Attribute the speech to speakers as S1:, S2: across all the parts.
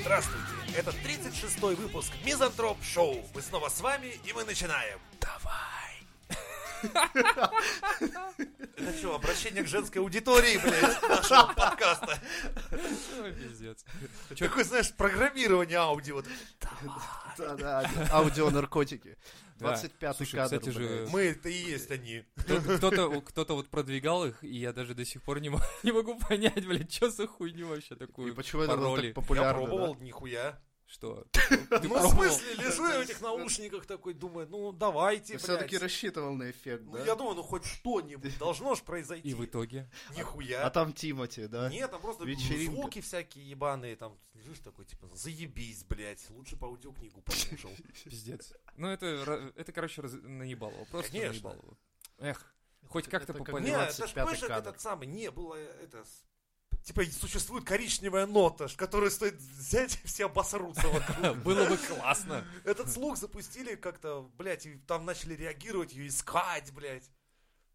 S1: Здравствуйте, это 36-й выпуск Мизантроп Шоу. Мы снова с вами, и мы начинаем. Давай. Это что, обращение к женской аудитории, блядь, нашего подкаста?
S2: Ой, Ну, Пиздец.
S1: Какое, знаешь, программирование аудио. Вот
S3: Да-да, аудио наркотики.
S2: Да.
S3: 25-й
S2: Слушай,
S3: кадр.
S2: кстати же,
S3: блядь.
S1: Мы это и есть они.
S2: Кто- Кто-то кто-то вот продвигал их, и я даже до сих пор не мо- не могу понять, блядь, что за хуйню вообще
S3: И
S2: такую.
S3: почему это было
S2: пароли.
S3: так популярно?
S1: Я
S3: да?
S1: пробовал, нихуя.
S2: Что? Ты
S1: Ну, в
S2: пробовал?
S1: смысле, лежу я в этих наушниках такой, думаю, ну, давайте,
S3: Ты все-таки
S1: блядь.
S3: рассчитывал на эффект,
S1: Ну,
S3: да?
S1: я думаю, ну, хоть что-нибудь должно же произойти.
S2: И в итоге?
S3: А
S1: Нихуя.
S3: там Тимати, да?
S1: Нет, там просто
S3: Вечеринка.
S1: звуки всякие ебаные, там лежишь такой, типа, заебись, блядь, лучше по аудиокнигу послушал.
S2: Пиздец. Ну, это, ра- это короче, раз- наебалово. Просто
S1: Конечно.
S2: наебалово. Эх, хоть как-то
S3: Это как
S2: попали.
S1: Не,
S3: Понимаю,
S1: это ж,
S3: 25-й
S1: понимаешь,
S3: кадр.
S1: этот самый, не, было э, это... с- Типа, существует коричневая нота, ш- которую стоит взять, и все обосрутся вокруг.
S2: Было бы классно.
S1: Этот слух запустили как-то, блядь, и там начали реагировать, ее искать, блядь.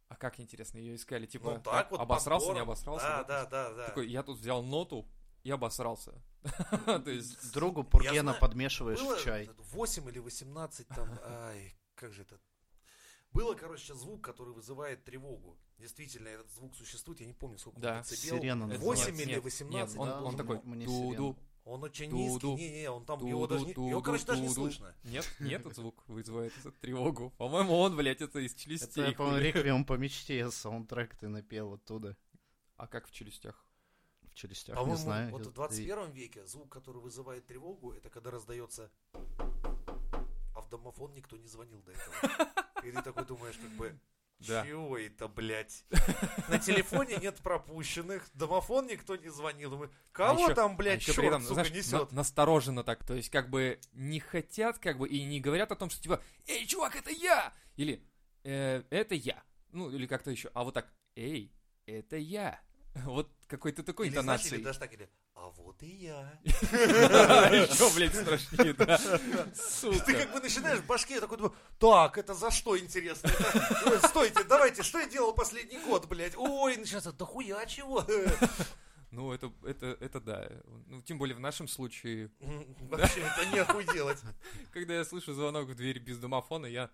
S2: А как, интересно, ее искали? Типа,
S1: Ну так вот.
S2: обосрался, не
S1: подбором.
S2: обосрался?
S1: Да,
S2: вот.
S1: да, да, да.
S2: Такой, я тут взял ноту и обосрался. То есть...
S3: Другу
S1: Я
S3: Пургена
S1: знаю.
S3: подмешиваешь
S1: Было
S3: в чай.
S1: 8 или 18 там, ай, как же это... Было, короче, сейчас звук, который вызывает тревогу. Действительно, этот звук существует, я не помню, сколько
S2: Да.
S1: он децибел.
S3: Сирена
S2: Это
S3: называется.
S1: 8
S2: нет,
S1: или
S2: нет,
S1: 18,
S2: нет, он,
S3: да,
S2: он
S3: ну,
S2: такой
S3: мне
S2: ду-ду,
S1: Он очень
S2: Ду-ду.
S1: низкий, не-не, он там,
S2: Ду-ду,
S1: его даже, не-
S2: ду-ду,
S1: его, короче, даже не
S2: ду-ду.
S1: слышно.
S2: Нет, нет, этот звук вызывает эту тревогу. По-моему, он, блядь, это из
S3: Это,
S2: челюстей.
S3: я, по-моему,
S2: хули.
S3: реквием по мечте, саундтрек ты напел оттуда.
S2: А как в челюстях?
S3: В челюстях, не
S1: По-моему,
S3: знаю.
S1: вот в
S3: я- и-
S1: 21 веке звук, который вызывает тревогу, это когда раздается... А в домофон никто не звонил до этого. И ты такой думаешь, как бы,
S2: Да.
S1: чего это, блядь? На телефоне нет пропущенных, домофон никто не звонил. Мы, Кого
S2: А ещё-
S1: там, блядь,
S2: Еще
S1: чёрт,
S2: при этом,
S1: сука,
S2: знаешь,
S1: несет?
S2: на- настороженно так. То есть, как бы не хотят, как бы, и не говорят о том, что типа, эй, чувак, это я! Или «Э, это я. Ну, или как-то еще. А вот так, эй, это я. Вот какой-то такой
S1: Или, знаешь, или
S2: интонацией.
S1: даже так, или, а вот и я.
S2: Еще, блядь, страшнее, да.
S1: Ты
S2: Сука.
S1: как бы начинаешь в башке такой, думаю, так, это за что интересно? Это- Ой, Стойте, давайте, что я делал последний год, блядь? Ой, ну начинается, да хуя чего?
S2: Ну, это, это, это да. Ну, тем более в нашем случае,
S1: Вообще, это нехуй делать.
S2: когда я слышу звонок в дверь без домофона, я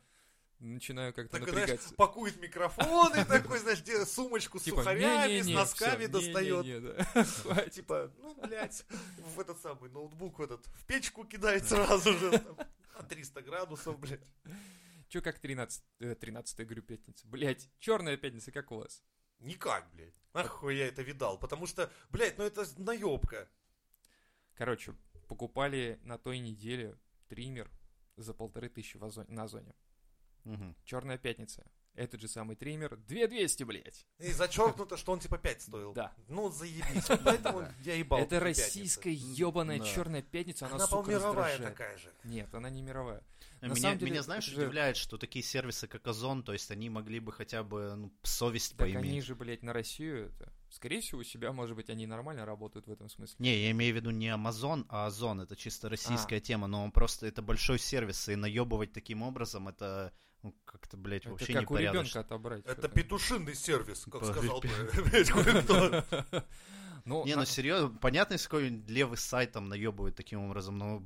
S2: начинаю как-то
S1: Так, знаешь,
S2: напрягаться.
S1: пакует микрофон и такой, знаешь, де- сумочку с сухарями, с
S2: Типа, «Не-не-не,
S1: носками
S2: всё,
S1: достает.
S2: не-не-не, да. Хватит.
S1: Типа, ну, блядь, в этот самый ноутбук в этот, в печку кидает сразу же. там, на 300 градусов, блядь.
S2: Чё как 13, э, 13 я говорю, пятница? Блять, черная пятница, как у вас?
S1: Никак, блядь. Нахуй я это видал. Потому что, блядь, ну это наебка.
S2: Короче, покупали на той неделе триммер за полторы тысячи в Озоне- на зоне.
S3: Мгм.
S2: Черная пятница. Этот же самый триммер. 2200, блять.
S1: И зачеркнуто, что он типа 5 стоил.
S2: Да.
S1: Ну, заебись. Поэтому я ебал.
S2: Это
S1: эту пятницу.
S2: российская ебаная
S3: Да.
S2: черная пятница, она,
S1: Она,
S2: сука,
S1: по-моему, мировая
S2: раздражает.
S1: такая же.
S2: Нет, она не мировая. На
S3: Меня,
S2: самом деле,
S3: меня, знаешь,
S2: это же-
S3: удивляет, что такие сервисы, как Озон, то есть они могли бы хотя бы ну, совесть
S1: Типа
S2: Так
S3: поиметь.
S2: они же, блядь, на Россию это. Скорее всего, у себя, может быть, они нормально работают в этом смысле.
S3: Не, я имею в виду не Амазон, а Озон. Это чисто
S2: А.
S3: российская тема, но он просто это большой сервис, и наебывать таким образом это ну, как-то, блядь,
S2: Это
S3: вообще
S2: как у ребенка
S3: непорядочно.
S2: отобрать.
S1: Это
S2: что-то.
S1: петушинный сервис, как
S3: Пожить
S1: сказал бы.
S3: пи-
S1: блядь, кое-кто.
S2: Ну,
S3: Не,
S2: на-
S3: ну серьезно, понятно, если какой-нибудь левый сайт там наебывает таким образом, но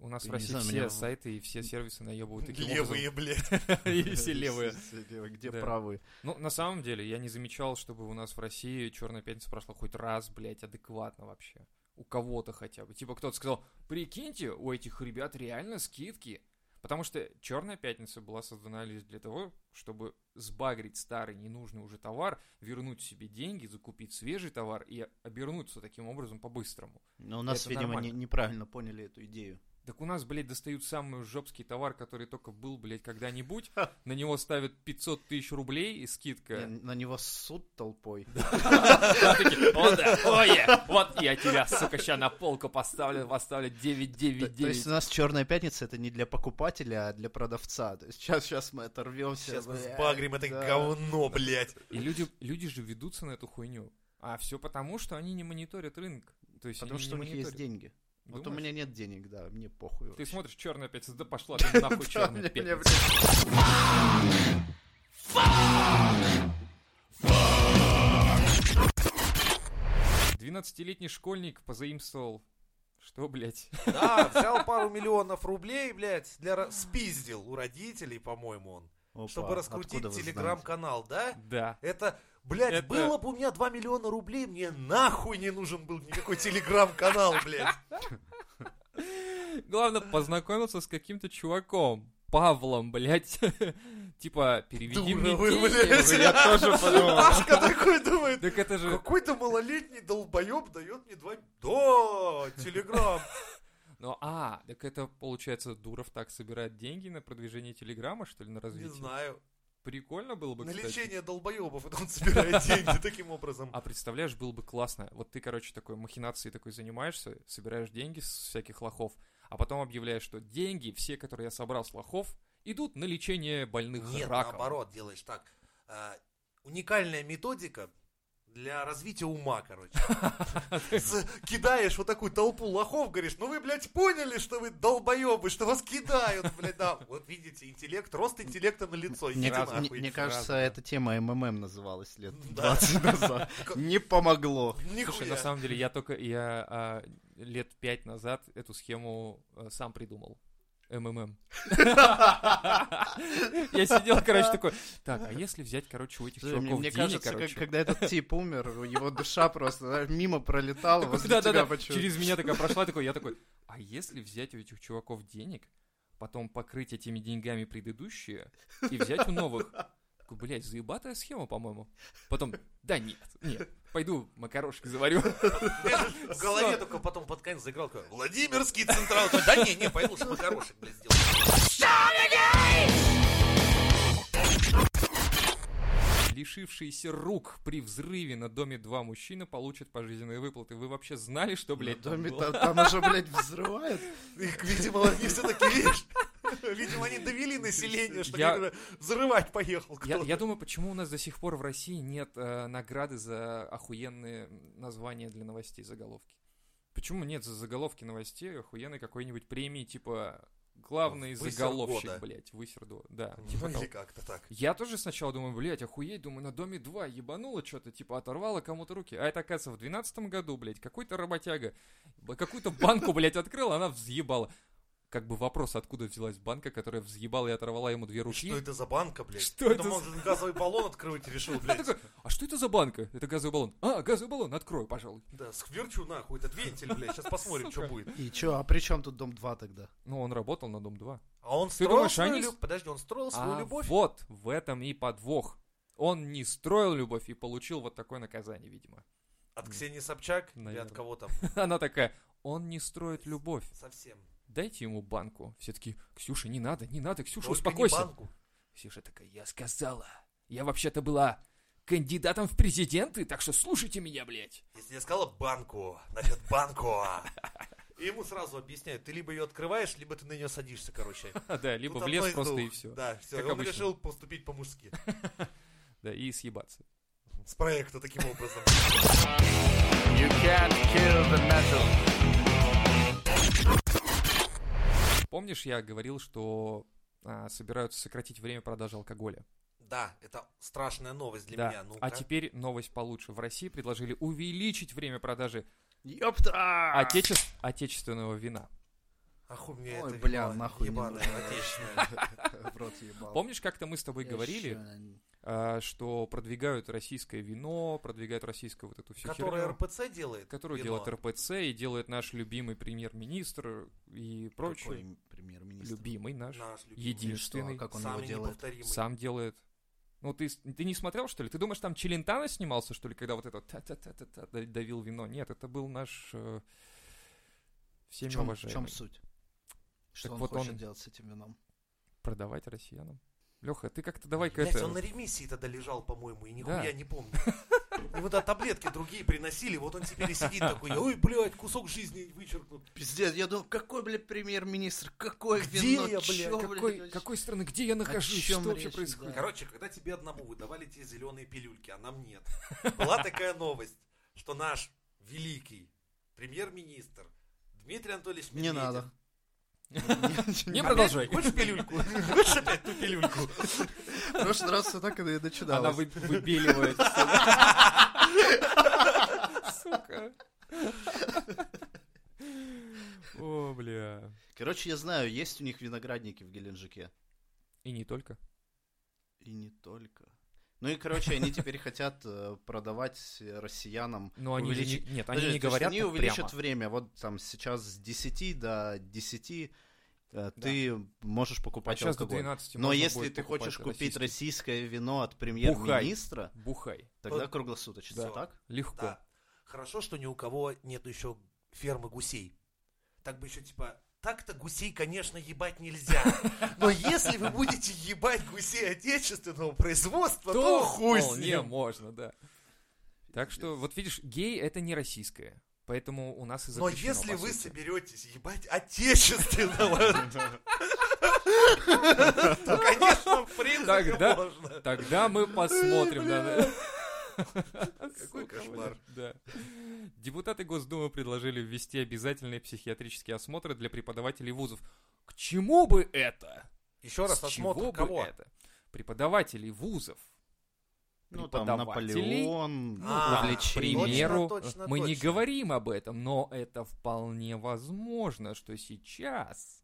S2: у нас в
S3: не
S2: России
S3: знаю,
S2: все
S3: меня-
S2: сайты и все сервисы наебывают таким
S1: Левые, блядь.
S2: образом. И все левые.
S3: Где
S2: Да.
S3: правые?
S2: Ну, на самом деле, я не замечал, чтобы у нас в России Черная пятница прошла хоть раз, блядь, адекватно вообще. У кого-то хотя бы. Типа кто-то сказал, прикиньте, у этих ребят реально скидки. Потому что Черная пятница была создана лишь для того, чтобы сбагрить старый ненужный уже товар, вернуть себе деньги, закупить свежий товар и обернуться таким образом по-быстрому.
S3: Но у нас,
S2: Это
S3: видимо, не-
S2: нормально.
S3: неправильно поняли эту идею.
S2: Так у нас, блядь, достают самый жопский товар, который только был, блядь, когда-нибудь. На него ставят 500 тысяч рублей и скидка.
S3: Не, На него суд толпой.
S2: Да, такие, О, да, ой, я, вот я тебя, сука, ща на полку поставлю, поставлю
S3: То то есть
S2: 999.
S3: у нас Черная Пятница это не для покупателя, а для продавца. То есть сейчас, сейчас мы оторвемся.
S1: Сейчас мы
S3: блядь,
S1: сбагрим это
S3: да.
S1: говно, блядь.
S2: И
S3: ну,
S2: люди, люди же ведутся на эту хуйню. А все потому, что они не мониторят рынок. То есть
S3: Потому
S2: они
S3: что у
S2: не
S3: них есть
S2: мониторят.
S3: деньги. Вот у
S2: Думаешь?
S3: меня нет денег, да, мне похуй.
S2: Ты
S3: вообще.
S2: смотришь черная пятница, да пошла ты нахуй
S3: Да,
S2: черная
S3: мне- мне,
S2: пятница.
S3: блядь,
S2: Двенадцатилетний школьник позаимствовал... Что, блядь?
S1: Да, взял пару миллионов рублей, блядь, для... ра- спиздил у родителей, по-моему, он.
S3: Опа,
S1: чтобы раскрутить
S3: откуда вы
S1: телеграм-канал, да?
S2: Да.
S1: Это, блядь,
S2: Это-
S1: было бы у меня 2 миллиона рублей, мне нахуй не нужен был никакой телеграм-канал, блядь.
S2: Главное, познакомился с каким-то чуваком. Павлом, блядь. Типа, переведи
S1: Дура
S2: мне
S1: вы,
S2: деньги.
S1: блядь.
S2: Я тоже подумал.
S1: Пашка такой думает,
S2: Так это же...
S1: какой-то малолетний долбоеб дает мне 2... Да, телеграм.
S2: Ну, а, так это, получается, Дуров так собирает деньги на продвижение Телеграма, что ли, на
S1: Не
S2: развитие?
S1: знаю.
S2: Прикольно было бы,
S1: На
S2: кстати.
S1: лечение долбоебов это он собирает деньги таким образом.
S2: А представляешь, было бы классно. Вот ты, короче, такой махинацией такой занимаешься, собираешь деньги с всяких лохов, а потом объявляешь, что деньги, все, которые я собрал с лохов, идут на лечение больных
S1: Нет,
S2: раком.
S1: наоборот, делаешь так. А, Уникальная методика для развития ума, короче. С- Кидаешь вот такую толпу лохов, говоришь, ну вы, блядь, поняли, что вы долбоебы, что вас кидают, блядь, да. Вот видите, интеллект, рост интеллекта на лицо.
S3: Мне,
S1: Идите
S3: мне-
S1: нахуй.
S3: мне кажется, эта тема МММ называлась лет
S1: Да.
S3: 20 назад. Не помогло.
S2: Слушай,
S1: Нихуя.
S2: на самом деле, я только, я а, лет пять назад эту схему а, сам придумал. МММ. Я сидел, короче, такой, так, а если взять, короче, у этих
S3: Слушай,
S2: чуваков
S3: Мне, мне
S2: денег,
S3: кажется, как-
S2: короче,
S3: когда этот тип умер, его душа просто да, мимо пролетала
S2: Такой,
S3: возле тебя.
S2: «Да-да-да»,
S3: почему-
S2: через меня такая прошла, такой, я такой, а если взять у этих чуваков денег, потом покрыть этими деньгами предыдущие и взять у новых? Такой, Блядь, заебатая схема, по-моему. Потом, да нет, нет, пойду макарошек заварю.
S1: Мне же В голове
S2: Всё.
S1: только потом под конец заиграл такой, Владимирский централ. Да не, не, пойду с макарошек, блядь, сделаю.
S2: Лишившиеся рук при взрыве на Доме 2 мужчина получит пожизненные выплаты. Вы вообще знали, что,
S3: На
S2: блядь, там
S3: доме
S2: было?
S3: там, там уже, блядь, взрывает.
S1: Их, видимо, они все-таки, видишь, видимо, они довели население, что
S2: Я-
S1: как-то взрывать поехал
S2: Я,
S1: кто-то.
S2: я думаю, почему у нас до сих пор в России нет э, награды за охуенные названия для новостей, заголовки? Почему нет за заголовки новостей охуенной какой-нибудь премии, типа главный
S1: Высер
S2: заголовщик,
S1: года.
S2: блядь, высерду, да.
S1: Ну,
S2: типа того.
S1: Или как-то так.
S2: Я тоже сначала думаю, блядь, охуеть, думаю, на Доме 2 ебануло что-то, типа оторвало кому-то руки. А это, оказывается, в 12 году, блядь, какой-то работяга б- какую-то банку, блядь, открыла, она взъебала. Как бы вопрос, откуда взялась банка, которая взъебала и оторвала ему две руки.
S1: Что это за банка, блядь?
S2: Что
S1: Я
S2: это
S1: думал, он газовый баллон открыть решил,
S2: Я
S1: блядь.
S2: такой, а что это за банка? Это газовый баллон. А, газовый баллон, открою, пожалуй.
S1: Да, скверчу нахуй этот вентиль, блядь. Сейчас посмотрим, что
S2: Сука.
S1: будет.
S3: И чё, а при чем тут дом 2 тогда?
S2: Ну, он работал на Дом-2.
S1: А он
S2: Ты
S1: строил
S2: думаешь,
S1: свою
S2: они
S1: лю-
S2: с-
S1: Подожди, он строил свою
S2: А
S1: любовь?
S2: вот в этом и подвох. Он не строил любовь и получил вот такое наказание, видимо.
S1: От Ксении Собчак или
S2: Наверное.
S1: от кого там?
S2: Она такая, он не строит любовь.
S1: Совсем.
S2: Дайте ему банку. Все таки Ксюша, не надо, не надо, Ксюша,
S1: Только не
S2: успокойся.
S1: банку.
S2: Ксюша такая, я сказала. Я вообще-то была кандидатом в президенты, так что слушайте меня, блядь.
S1: Если я сказала банку, значит банку. И ему сразу объясняют, ты либо ее открываешь, либо ты на нее садишься, короче.
S2: А, да, либо
S1: Тут
S2: в лес
S1: одно из
S2: просто
S1: двух.
S2: и все.
S1: Да, все.
S2: Как
S1: он
S2: обычно.
S1: решил поступить по-мужски.
S2: Да, и съебаться.
S1: С проекта таким образом.
S4: You can't kill the metal.
S2: Помнишь, я говорил, что а, собираются сократить время продажи алкоголя?
S1: Да, это страшная новость для
S2: Да.
S1: меня. Ну-ка.
S2: а теперь новость получше. В России предложили увеличить время продажи
S3: Ёпта!
S2: отече- отечественного вина.
S1: Аху мне
S3: Ой,
S1: это
S3: бля,
S1: ебаное-
S3: нахуй не
S1: ебаное
S3: нужно.
S1: отечественное.
S3: В рот ебал.
S2: Помнишь, как-то мы с тобой
S3: Я
S2: говорили,
S3: ща-
S2: а, что продвигают российское вино, продвигают российскую вот эту всю
S1: Которое
S2: херню,
S1: РПЦ делает?
S2: которую
S1: вино.
S2: делает РПЦ и делает наш любимый премьер-министр и прочее.
S3: Какой премьер-министр?
S2: Любимый наш.
S1: Наш любимый.
S2: Един-
S3: И что, а
S2: Единственный.
S3: как он его
S1: Самый
S3: делает?
S1: неповторимый.
S2: Сам делает. Ну, ты, с- ты не смотрел, что ли? Ты думаешь, там Челентано снимался, что ли, когда вот это та-та-та-та-та да- давил вино? Нет, это был наш э, всеми
S3: В чем,
S2: уважаемый.
S3: суть? Что
S2: Так
S3: он
S2: вот
S3: хочет
S2: он-
S3: делать с этим вином?
S2: Продавать россиянам. Леха, ты как-то давай-ка
S1: Блядь,
S2: это...
S1: он на ремиссии тогда лежал, по-моему, и
S2: Да.
S1: нихуя не помню. Ему да таблетки другие приносили, вот он теперь и сидит такой, ой, блядь, кусок жизни вычеркнут.
S3: Пиздец, я думал, какой, блядь, премьер-министр? Какое
S1: Где
S3: вино?
S1: я, блядь?
S3: Чё,
S2: Какой,
S3: вообще?
S2: какой страны, где я нахожусь,
S3: чём
S2: что вообще
S3: речь,
S2: происходит?
S3: да.
S1: Короче, когда тебе одному выдавали те зеленые пилюльки, а нам нет, была такая новость, что наш великий премьер-министр Дмитрий Анатольевич
S3: Не
S1: Медведев.
S3: надо. А
S2: Не
S3: В
S2: продолжай.
S1: Хочешь пилюльку? Хочешь опять ту пилюльку?
S3: прошлый раз все так и
S2: Она
S3: начиналось.
S2: вы- выбеливает. Сука. О, бля.
S3: Короче, я знаю, есть у них виноградники в Геленджике.
S2: И не только.
S3: И не только. Ну и, короче, они теперь хотят э, продавать россиянам...
S2: Но они же не...
S3: Увеличить-
S2: Нет,
S3: Подожди,
S2: они не
S3: то есть
S2: говорят
S3: Они
S2: так
S3: увеличат
S2: прямо.
S3: время. Вот там сейчас с 10 до 10 э, ты можешь
S2: А
S3: покупать
S2: сейчас до
S3: алкоголь.
S2: 12
S3: Но
S2: Типа, можно
S3: если
S2: будет
S3: ты
S2: покупать
S3: хочешь купить
S2: российский.
S3: российское вино от премьер-министра,
S2: Бухай.
S3: тогда
S1: Вот.
S3: круглосуточно,
S1: Да.
S3: так?
S2: Легко.
S1: Да. Хорошо, что ни у кого нету еще фермы гусей. Так бы еще типа... Так-то гусей, конечно, ебать нельзя. Но если вы будете ебать гусей отечественного производства, то, хуй с
S2: вполне
S1: ним.
S2: можно, да. Так что, вот видишь, гей это не российское. Поэтому у нас и
S1: Но
S2: запрещено,
S1: если
S2: по
S1: вы
S2: сути.
S1: соберетесь ебать отечественного,
S3: Ну,
S1: то, конечно, в принципе,
S2: Тогда-
S1: можно.
S2: Тогда мы посмотрим. да, да.
S1: Какой
S2: Сука,
S1: кошмар.
S2: блин, Да. Депутаты Госдумы предложили ввести обязательные психиатрические осмотры для преподавателей вузов. К чему бы это?
S1: Еще раз
S2: С чего
S1: осмотр
S2: бы
S1: кого?
S2: это? Преподавателей вузов.
S3: Ну, там
S2: Преподавателей.
S3: Наполеон, ну,
S1: А,
S2: К
S1: Точно,
S3: увлечение.
S2: примеру,
S1: точно,
S2: мы не
S1: точно.
S2: говорим об этом, но это вполне возможно, что сейчас.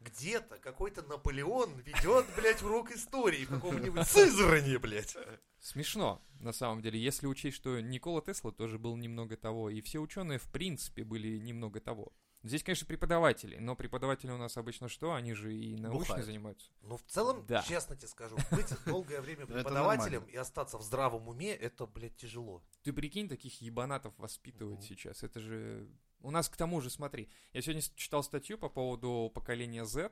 S1: Где-то какой-то Наполеон ведет, блядь, урок истории в каком-нибудь Сызрани, блядь.
S2: Смешно, на самом деле, если учесть, что Никола Тесла тоже был немного того, и все ученые, в принципе, были немного того. Здесь, конечно, преподаватели, но преподаватели у нас обычно что? Они же и научно
S3: Бухают.
S2: занимаются.
S1: Ну, в целом,
S2: Да.
S1: честно тебе скажу, быть долгое время
S3: Это
S1: преподавателем
S3: нормально.
S1: и остаться в здравом уме, это, блядь, тяжело.
S2: Ты прикинь, таких ебанатов воспитывать
S1: Мгм.
S2: сейчас. Это же... У нас к тому же, смотри, я сегодня с- читал статью по поводу поколения Z,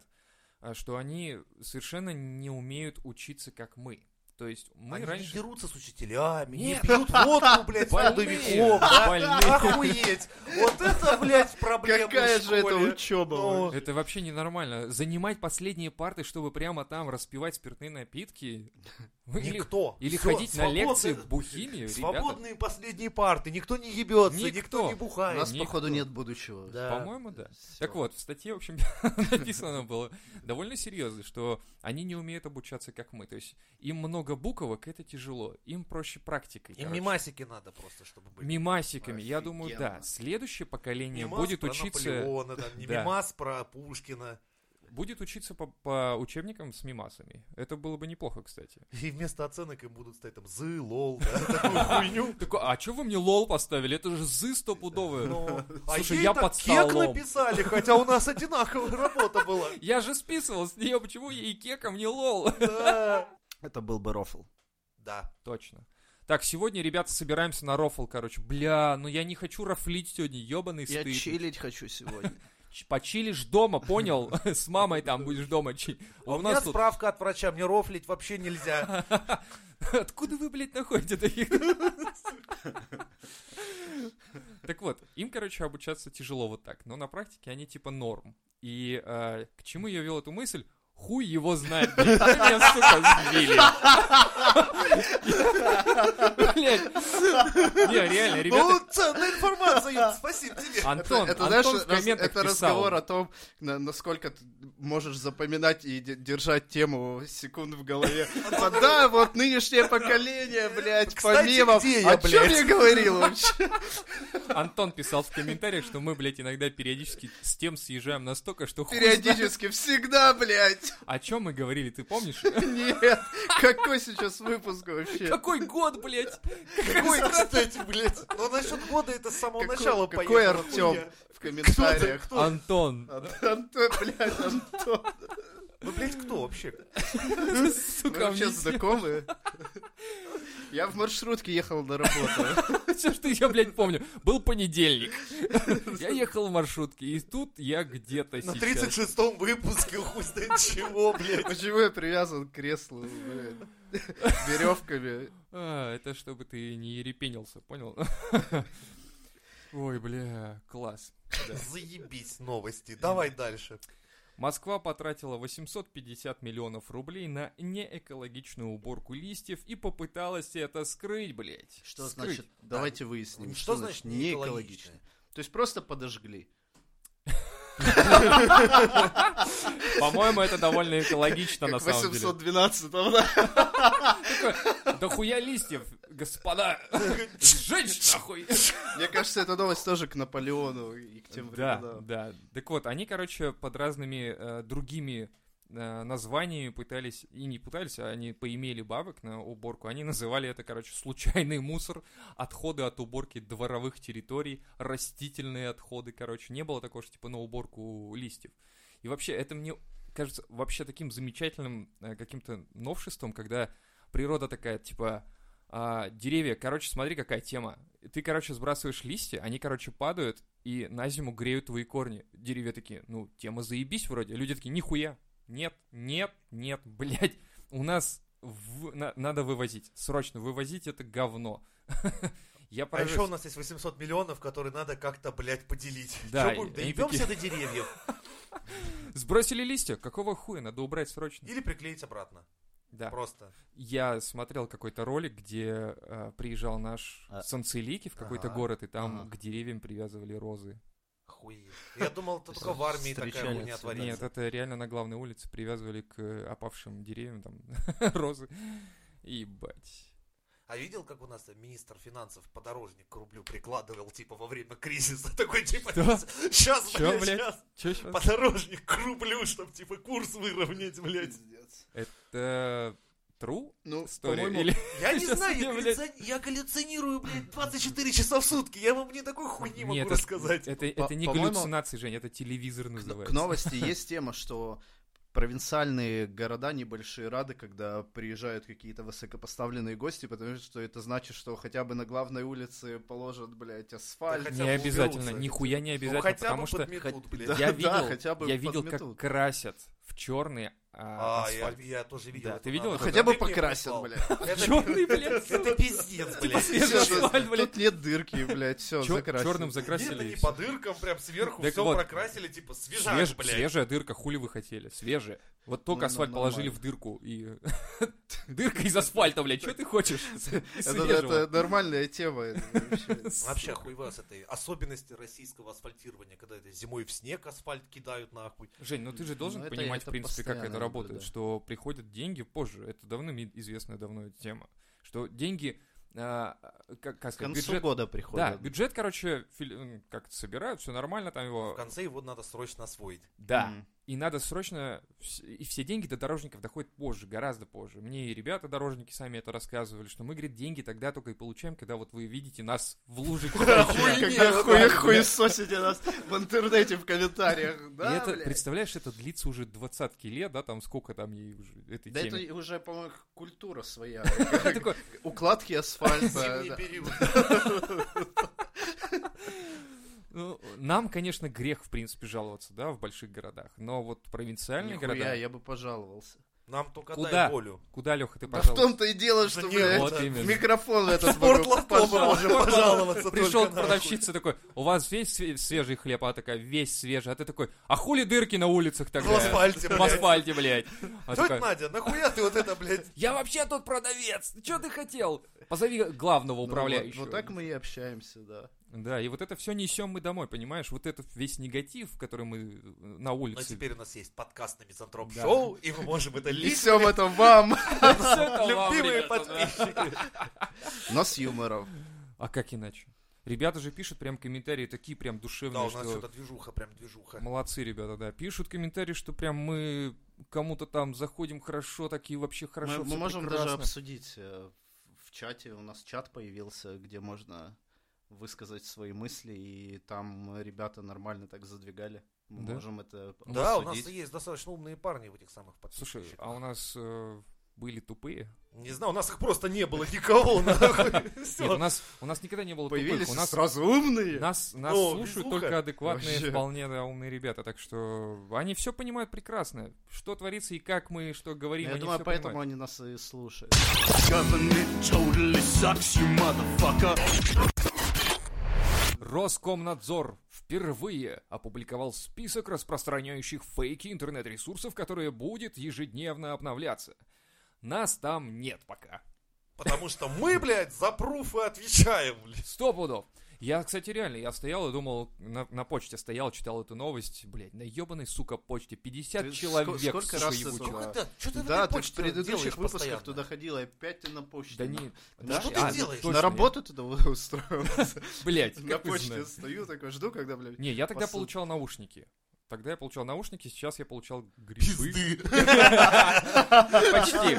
S2: а, что они совершенно не умеют учиться, как мы. То есть мы
S1: Они
S2: раньше...
S1: не дерутся с учителями,
S2: Нет.
S1: не пьют водку, блядь, с
S2: Больные,
S1: трудовиком, да?
S2: больные.
S1: Охуеть! Вот это, блядь, проблема
S3: Какая
S1: в
S3: же это
S1: школе.
S3: учеба?
S1: Ну,
S2: Это вообще ненормально. Занимать последние парты, чтобы прямо там распивать спиртные напитки. Вы Или,
S1: Никто.
S2: или
S1: Всё,
S2: ходить на
S1: свободны-
S2: лекции в бухими, ребята.
S1: Свободные последние парты, никто не ебется, никто,
S2: Никто.
S1: не
S3: У
S1: бухает.
S3: нас,
S2: никто.
S3: походу, нет будущего.
S1: Да.
S2: По-моему, да.
S3: Всё.
S2: Так вот, в статье, в общем, написано было довольно серьезно, что они не умеют обучаться, как мы. То есть им много буквок, это тяжело. Им проще практикой.
S1: Им
S2: короче.
S1: мимасики надо просто, чтобы были.
S2: Мимасиками, я думаю, да.
S3: Офигенно.
S2: Следующее поколение
S1: Мимас
S2: будет
S1: про
S2: учиться
S1: Наполеона, там, не
S2: Да.
S1: мимас про Пушкина.
S2: будет учиться по, по учебникам с мимасами. Это было бы неплохо, кстати.
S1: И вместо оценок им будут стоять там зы, лол, да, такую хуйню.
S2: Такой, а что вы мне лол поставили? Это же зы стопудовые.
S1: Но- А
S2: Слушай,
S1: ей
S2: я
S1: так
S2: под
S1: кек
S2: столом.
S1: написали, хотя у нас одинаковая работа была.
S2: Я же списывал с нее, почему ей кека, мне лол.
S1: Да.
S3: Это был бы рофл.
S1: Да.
S2: Точно. Так, сегодня, ребята, собираемся на рофл, короче. Бля, ну я не хочу рофлить сегодня, ебаный
S3: Я
S2: стыд.
S3: чилить хочу сегодня.
S2: Ч- Почилишь дома, понял? С мамой там будешь дома чи- А у
S1: У меня
S2: нас тут...
S1: справка от врача, мне рофлить вообще нельзя.
S2: Откуда вы, блядь, находите таких? Так вот, им, короче, обучаться тяжело вот так, но на практике они типа норм. И э, к чему я вел эту мысль? Хуй его знает, блядь. Вы меня, сука, сбили. Блядь. Не, реально, ребята...
S1: Ну, ценная информация, Юр, спасибо тебе.
S2: Антон,
S3: это,
S2: Антон
S3: знаешь,
S2: в
S3: раз-
S2: комментах
S3: это
S2: писал.
S3: разговор о том, на- насколько ты можешь запоминать и де- держать тему секунд в голове. А, Да, вот нынешнее поколение, блядь,
S1: Кстати,
S3: помимо...
S1: где я,
S3: О чем
S1: блядь?
S3: я говорил вообще?
S2: Антон писал в комментариях, что мы, блядь, иногда периодически с тем съезжаем настолько, что хуй...
S3: Периодически, всегда, блядь.
S2: О чем мы говорили, ты помнишь?
S3: Нет, какой сейчас выпуск вообще?
S2: Какой год, блядь?
S1: Какой, кстати, блядь. Но насчет года это с самого
S3: Какой-
S1: начала
S3: какой
S1: поехало,
S3: Артём?
S1: хуя.
S3: В
S1: Кто это?
S3: комментариях.
S1: Кто?
S2: Антон.
S3: А, Антон, блядь, Антон.
S1: Ну, блядь, кто вообще?
S3: Мы
S2: Сука,
S3: вообще знакомы? Я в маршрутке ехал на работу.
S2: все, что я, блядь, помню. Был понедельник. Я ехал в маршрутке, и тут я где-то
S1: На
S2: сейчас.
S1: 36-м выпуске хуй знает чего, блядь.
S3: Почему я привязан к креслу, блядь? Веревками.
S2: А, это чтобы ты не ерепенился, понял? Ой, бля, класс.
S1: Заебись новости. Давай дальше.
S2: Москва потратила 850 миллионов рублей на неэкологичную уборку листьев и попыталась это скрыть, блядь.
S3: Что
S2: Скрыть.
S3: значит? Давайте выясним.
S1: Что значит неэкологично?
S3: То есть просто подожгли.
S2: По-моему, это довольно экологично на
S3: Как
S2: самом деле.
S3: 812 да?
S2: Да хуя листьев, господа. Сжечь нахуй.
S3: Мне кажется, эта новость тоже к Наполеону и к тем
S2: Да,
S3: временам.
S2: да. Так вот, они, короче, под разными э, другими э, названиями пытались, и не пытались, а они поимели бабок на уборку. Они называли это, короче, случайный мусор, отходы от уборки дворовых территорий, растительные отходы, короче. Не было такого, что типа на уборку листьев. И вообще, это мне кажется вообще таким замечательным э, каким-то новшеством, когда природа такая, типа, а, деревья, короче, смотри, какая тема. Ты, короче, сбрасываешь листья, они, короче, падают и на зиму греют твои корни. Деревья такие, ну, тема заебись вроде. Люди такие, нихуя, нет, нет, нет, блядь, у нас в- на- надо вывозить, срочно вывозить это говно. Я
S1: А еще у
S2: поражаюсь.
S1: нас есть 800 миллионов, которые надо как-то, блядь, поделить.
S2: Да,
S1: Чё будем?
S2: и- и
S1: доебемся до деревьев.
S2: Сбросили листья, какого хуя, надо убрать срочно.
S1: Или приклеить обратно.
S2: Да.
S1: Просто.
S2: Я смотрел какой-то ролик, где э, приезжал наш
S3: А.
S2: Санцелики в какой-то
S3: Ага.
S2: город, и там
S3: Ага.
S2: к деревьям привязывали розы.
S1: Хуи. Я думал, это
S3: То есть
S1: только в армии такая
S3: встречали
S1: хуйня
S3: отсюда.
S1: творится.
S2: Нет, это реально на главной улице привязывали к э, опавшим деревьям там розы. Ебать.
S1: А видел, как у нас министр финансов подорожник к рублю прикладывал, типа, во время кризиса? Такой, типа, сейчас,
S2: Чё,
S1: блядь,
S2: блядь?
S1: сейчас.
S2: Чё щас?
S1: Подорожник к рублю, чтобы, типа, курс выровнять, блядь.
S3: Пиздец.
S2: Это true
S3: Ну,
S2: история?
S3: по-моему,
S2: Или...
S1: Я не
S2: Сейчас
S1: знаю,
S2: я,
S1: я,
S2: блядь.
S1: коллекци- я коллекционирую, блядь, 24 часа в сутки. Я вам не такой хуйни могу
S2: Нет, это-
S1: рассказать. Ну,
S2: Это,
S3: По-
S2: это не
S3: по-моему,
S2: галлюцинации, Жень, это телевизор
S3: К-
S2: называется.
S3: К новости есть тема, что провинциальные города небольшие рады, когда приезжают какие-то высокопоставленные гости, потому что это значит, что хотя бы на главной улице положат, блядь, асфальт.
S1: Да хотя
S2: Не
S1: бы
S2: обязательно,
S1: уберутся.
S2: нихуя не
S1: Ну,
S2: обязательно,
S1: хотя
S2: потому
S1: бы
S2: что
S1: подметут, блядь.
S3: Да,
S2: я видел,
S3: хотя бы
S2: я видел как
S3: подметут.
S2: красят в черный а,
S1: А, я,
S2: асфальт.
S1: я тоже видел.
S2: Да,
S1: это
S2: ты видел
S1: надо.
S2: это?
S3: Хотя бы
S1: Ты мне
S3: покрасят,
S1: прислал.
S3: блядь.
S1: Это-
S2: Черный, блядь,
S1: Это пиздец, блядь.
S2: свежий
S3: Всё, что-
S2: асфальт, блядь.
S3: Тут нет дырки, блядь, все,
S2: черным
S1: Нет,
S2: закрасили. и
S1: они
S2: всё.
S1: по дыркам прям сверху
S2: Так
S1: все
S2: вот.
S1: прокрасили, типа свежак,
S2: Свеж-
S1: блядь.
S2: Свежая дырка, хули вы хотели? Свежая. Вот только
S3: Ну,
S2: асфальт
S3: ну,
S2: положили в
S3: нормально.
S2: дырку и... Дырка из асфальта, блядь, что ты хочешь? Из
S3: Это,
S2: свежего.
S3: это нормальная тема. это вообще.
S1: Вообще хуева с этой особенности российского асфальтирования, когда это зимой в снег асфальт кидают нахуй.
S2: Жень, ну ты же должен
S3: Ну, это-
S2: понимать, в
S3: это
S2: принципе, как это
S3: постоянно,
S2: работает,
S3: да.
S2: что приходят деньги позже. Это давно ми- известная давно тема. Что деньги... а, как, как
S3: К
S2: сказать,
S3: концу
S2: бюджет...
S3: года
S2: Да,
S3: приходят.
S2: бюджет, короче, фили- м, как-то собирают, все нормально, там
S1: В
S2: его...
S1: конце его надо срочно освоить.
S2: Да,
S3: М.
S2: И надо срочно... вс- И все деньги до дорожников доходят позже, гораздо позже. Мне и ребята дорожники сами это рассказывали, что мы, говорит, деньги тогда только и получаем, когда вот вы видите нас в луже. кирпича.
S3: Когда
S1: вот
S3: хуя-
S1: так,
S3: хуесосите нас в интернете, в комментариях.
S2: И
S3: Да,
S2: это,
S3: блядь.
S2: представляешь, это длится уже двадцатки лет, да, там сколько там ей уже этой
S3: Да
S2: теме.
S3: это уже, по-моему, культура своя.
S2: Я такой,
S3: Укладки асфальта.
S1: Зимний
S3: да.
S1: период.
S2: ну, Нам, конечно, грех, в принципе, жаловаться, да, в больших городах. Но вот провинциальные
S3: Нихуя,
S2: города...
S3: я бы пожаловался.
S1: Нам только
S2: Куда?
S1: дай волю.
S2: Куда, Леха, ты,
S3: Да в
S2: пожалуйста?
S3: том-то и дело, что,
S1: Да не,
S3: блядь,
S1: вот
S3: в
S2: именно.
S3: микрофон этот могу
S1: Спортлавкома
S3: пожаловаться.
S1: можно пожаловаться
S2: Пришел к
S1: только нахуй.
S2: продавщице такой, у вас весь све- свежий хлеб, а такая, весь свежий, а ты такой, а хули дырки на улицах
S1: В
S2: тогда?
S1: асфальте,
S2: В
S1: блядь.
S2: асфальте, блядь. Она
S1: Тетя
S2: такая,
S1: Надя, нахуя ты вот это, блядь?
S2: Я вообще тут продавец. Что ты хотел? Позови главного
S3: Ну, вот-
S2: управляющего.
S3: Вот так мы и общаемся, да.
S2: Да, и вот это все несем мы домой, понимаешь? Вот этот весь негатив, который мы э, на
S1: Но
S2: улице.
S1: Ну, теперь у нас есть подкаст на Мизантроп
S2: Да.
S1: Шоу, и мы можем это лить.
S3: Несем это вам,
S2: Всё это вам,
S1: Любимые
S2: ребята, да.
S1: подписчики.
S3: но с юмором.
S2: А как иначе? Ребята же пишут прям комментарии такие прям
S1: Да,
S2: душевные,
S1: у нас
S2: что
S1: что-то движуха, прям движуха.
S2: молодцы ребята, да. Пишут комментарии, что прям мы кому-то там заходим хорошо, такие вообще хорошо.
S3: Мы- Мы
S2: всё
S3: можем даже
S2: прекрасно.
S3: обсудить э, в чате. У нас чат появился, где можно высказать свои мысли, и там ребята нормально так задвигали. Мы
S2: Да?
S3: можем это
S1: Да, у нас
S3: обсудить.
S1: есть достаточно умные парни в этих самых
S2: Слушай,
S1: подписчиках.
S2: а у нас э, были тупые?
S1: Не знаю, у нас их просто не было никого, нахуй.
S2: Нет, у
S1: Всё.
S2: нас у нас никогда не было
S3: Появились
S2: тупых. У нас
S3: сразу умные.
S2: Нас, нас
S1: Ну,
S2: слушают
S1: везуха.
S2: только адекватные,
S3: Вообще.
S2: вполне да, умные ребята, так что они все понимают прекрасно, что творится и как мы, что
S3: Ну,
S2: говорим.
S3: Я
S2: они
S3: думаю,
S2: всё
S3: поэтому
S2: понимают.
S3: они нас и слушают.
S4: Government totally sucks, you motherfucker.
S2: Роскомнадзор впервые опубликовал список распространяющих фейки интернет-ресурсов, которые будет ежедневно обновляться. Нас там нет пока.
S1: Потому что мы, блядь, за пруфы отвечаем, блядь.
S2: Сто пудов. Я, кстати, реально, я стоял и думал, на, на почте стоял, читал эту новость, блядь, на ебаной, сука, почте 50
S3: Ты ск-
S2: человек,
S3: сколько
S2: сука,
S3: раз ты
S2: ебучая.
S3: звонил?
S1: Да, что ты
S3: да,
S1: на
S3: ты в
S1: почте делаешь
S3: предыдущих выпусках
S1: постоянно?
S3: туда ходила, и опять ты на почте.
S2: Да
S3: На- Ну,
S2: не...
S3: Да?
S1: Что ты
S2: А,
S1: делаешь?
S2: точно,
S3: на
S2: я-
S3: работу туда устроился.
S2: Блядь,
S3: На
S2: как вы знаете.
S3: почте стою, такой жду, когда, блядь.
S2: Не, я тогда
S3: Посыл.
S2: получал наушники. Тогда я получал наушники, сейчас я получал грибы.
S1: Пизды.
S2: Почти.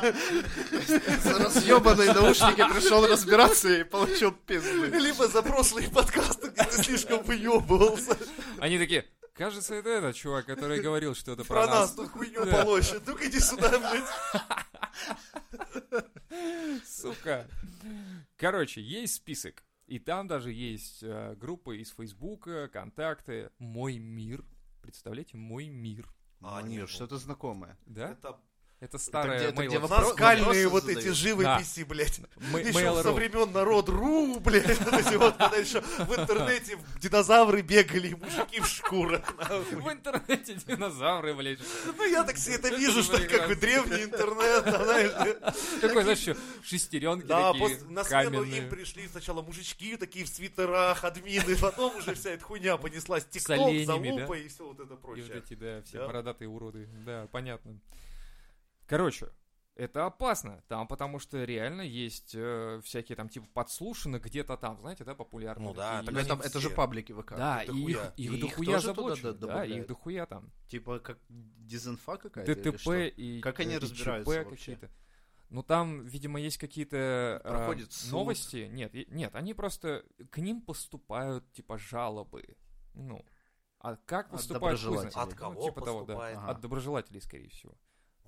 S3: За разъебанные наушники пришел разбираться и получил пизды.
S1: Либо за прошлые подкасты, где ты слишком выебывался.
S2: Они такие, кажется, это этот чувак, который говорил что-то
S1: Про нас тут хуйню
S2: Да.
S1: полощет. Ну-ка иди сюда, блядь.
S2: Сука. Короче, есть список. И там даже есть э, группы из Фейсбука, контакты. Мой мир. Представляете, мой мир.
S1: А,
S3: Мир,
S1: нет,
S3: что-то знакомое.
S2: Да?
S1: Это
S2: Это старая
S3: где- это где
S2: мейлов-
S3: вопрос-
S1: наскальные
S3: вопросы
S1: вот
S3: задают.
S1: эти живописи, блядь.
S2: ме-
S1: Еще со
S2: ну, Mail.ru.
S1: времен народ.ру, блядь, вот эти вот, когда еще в интернете динозавры бегали, и мужики в шкурах. нахуй.
S2: В интернете динозавры, блядь.
S1: Ну, я так все это вижу, что
S2: прекрасно.
S1: какой древний интернет, а, знаешь.
S2: Такой, знаешь, еще шестеренки
S1: Да,
S2: такие
S1: пос- на смену им
S2: каменные.
S1: пришли сначала мужички такие в свитерах, админы, потом уже вся эта хуйня понеслась. Тикток,
S2: оленями,
S1: залупа
S2: да?
S1: и все вот это
S2: И вот
S1: прочее.
S2: эти, да, все
S1: Да.
S2: бородатые уроды. Да, понятно. Короче, это опасно. Там потому что реально есть э, всякие там типа подслушаны где-то там, знаете, да, популярные.
S1: Ну да,
S2: такие
S1: так
S3: Ну,
S2: есть.
S3: это,
S1: они
S3: это
S1: все.
S3: же паблики ВК.
S2: Да, и
S1: дохуя.
S2: их, их
S3: И их
S2: дохуя
S3: тоже туда
S2: забочено.
S3: д-
S2: Да, их
S3: добавляют.
S2: дохуя там.
S3: Типа как дезинфа какая-то или
S2: ДТП
S3: что?
S2: и
S3: Как они
S2: и
S3: разбираются
S2: ЧП
S3: вообще?
S2: какие-то. Ну там, видимо, есть какие-то э,
S3: Проходит суд.
S2: новости. Нет, и- нет, они просто к ним поступают типа жалобы. Ну, а как
S3: От
S2: поступают? хуй знает.
S3: доброжелателей.
S1: От
S2: Ну,
S1: кого
S2: типа того, да.
S1: поступает?
S3: Ага.
S2: От доброжелателей, скорее всего.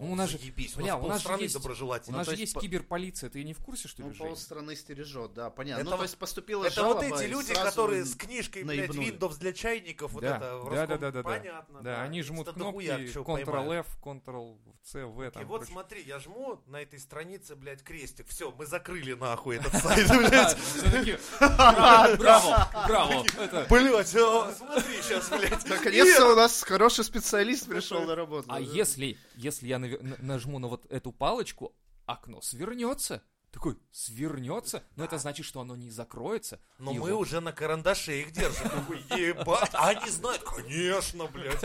S1: Ну,
S2: у нас же-
S1: заебись,
S2: бля, у
S1: у
S2: нас
S1: нас
S2: же
S1: страны
S2: есть- У
S1: доброжелатели.
S2: нас же
S3: Ну, то есть
S2: есть
S3: по-
S2: киберполиция, ты не в курсе, что
S3: Ну,
S2: ли, Жень?
S3: полстраны стережет, да, понятно.
S1: Это
S3: ну, то
S1: вот-
S3: есть поступила
S1: Это
S3: жалоба,
S1: вот эти
S3: и
S1: люди,
S3: сразу
S1: которые с книжкой, блядь,
S3: наебнули.
S1: Windows для чайников, вот
S2: Да,
S1: это, в
S2: да,
S1: Роском-
S2: да, да, да, да.
S1: понятно.
S2: Да, они жмут
S1: Просто
S2: кнопки
S1: дохуя чего поймают.
S2: Ctrl-F, Ctrl-C, V,
S1: И
S2: там,
S1: вот
S2: короче.
S1: смотри, я жму на этой странице, блядь, крестик. Все, мы закрыли нахуй этот сайт, блядь.
S2: Все такие, «Браво, Браво, браво, это...
S1: Блядь, а, смотри сейчас, блядь.
S3: Наконец-то у нас хороший специалист пришел на работу.
S2: А
S3: Да.
S2: если, если я наве- на- нажму на вот эту палочку, окно свернется. Такой, свернется, но это значит, что оно не закроется.
S1: Но
S2: И
S1: мы
S2: вот-
S1: уже на карандаше их держим. Такой, Ебать, а они знают, конечно, блядь.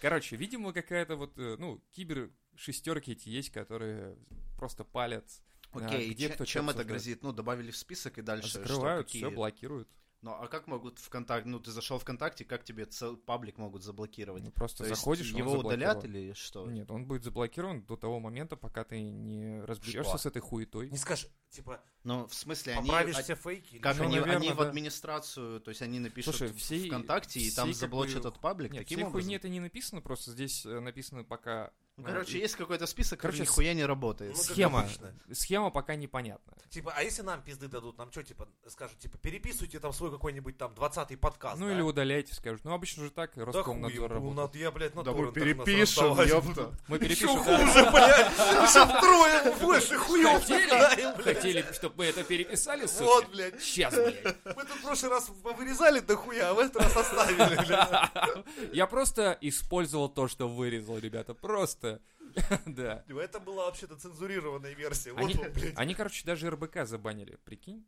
S2: Короче, видимо, какая-то вот, э, ну, кибер шестерки эти есть, которые просто палят.
S3: Окей,
S2: а, где
S3: че-
S2: кто
S3: чем
S2: чё
S3: это
S2: обсуждает?
S3: грозит? Ну, добавили в список и дальше. что,
S2: Закрывают,
S3: какие-
S2: все блокируют.
S3: Ну, а как могут ВКонтакте, ну, ты зашел ВКонтакте, как тебе цел... паблик могут заблокировать?
S2: Ну, просто
S3: То есть
S2: заходишь, он
S3: его удалят
S2: заблокирован.
S3: или что?
S2: Нет, он будет заблокирован до того момента, пока ты не разберешься
S3: Что?
S2: с этой хуетой.
S1: Не скажешь, типа,
S3: Ну, в смысле, они...
S1: поправишь все фейки?
S3: Как
S2: Ну,
S3: они,
S2: наверное,
S3: они в
S2: да.
S3: администрацию, то есть они напишут
S2: Слушай,
S3: в-
S2: всей-
S3: ВКонтакте и
S2: всей
S3: там
S2: как
S3: заблочат
S2: бы-
S3: этот паблик
S2: Нет,
S3: таким
S2: всей
S3: образом?
S2: хуйни это не написано, просто здесь э, написано пока... э,
S3: Ну, короче, есть какой-то список,
S2: Короче,
S3: короче, нихуя не работает.
S1: Ну, как
S2: схема.
S1: обычно.
S2: Схема пока непонятна.
S1: Типа, а если нам пизды дадут, нам что, типа, скажут, типа, переписывайте там свой какой-нибудь там 20-й подкаст.
S2: Ну
S1: да?
S2: или удаляйте, скажут. Ну обычно же так
S1: А Да хуй
S2: Роскомнадзор
S1: ему,
S2: работает.
S1: надо- Я, блядь, на
S3: Да мы
S1: торрентах нас
S3: перепишем,
S1: раздавать
S3: ёпта.
S2: Мы
S1: Еще
S2: перепишем. да.
S1: хуже, блядь. Еще втрое больше хуев накидаем,
S2: Хотели,
S1: блядь.
S2: хотели, чтобы мы это переписали, суки?
S1: Вот, блядь.
S2: Сейчас, блядь.
S1: Мы тут в прошлый раз вырезали до хуя, а в этот раз оставили, блядь.
S2: Я просто использовал то, что вырезал, ребята. Просто. Да.
S1: Это была вообще-то цензурированная версия. Вот
S2: Они,
S1: он, блядь.
S2: они, короче, даже РБК забанили, прикинь?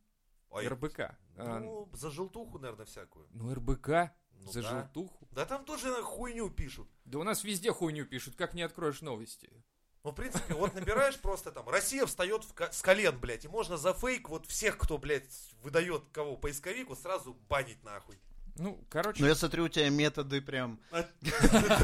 S1: Ой,
S2: РБК. А,
S1: Ну, за желтуху, наверное, всякую.
S2: Ну, РБК
S1: Ну
S2: за
S1: да.
S2: желтуху.
S1: Да там тоже наверное, хуйню пишут.
S2: Да у нас везде хуйню пишут, как не откроешь новости.
S1: Ну, в принципе, вот набираешь просто там «Россия встает в ко- с колен», блядь, и можно за фейк вот всех, кто, блядь, выдает кого поисковику, сразу банить нахуй.
S2: Ну, короче,
S3: Ну, я смотрю, у тебя методы прям
S1: А,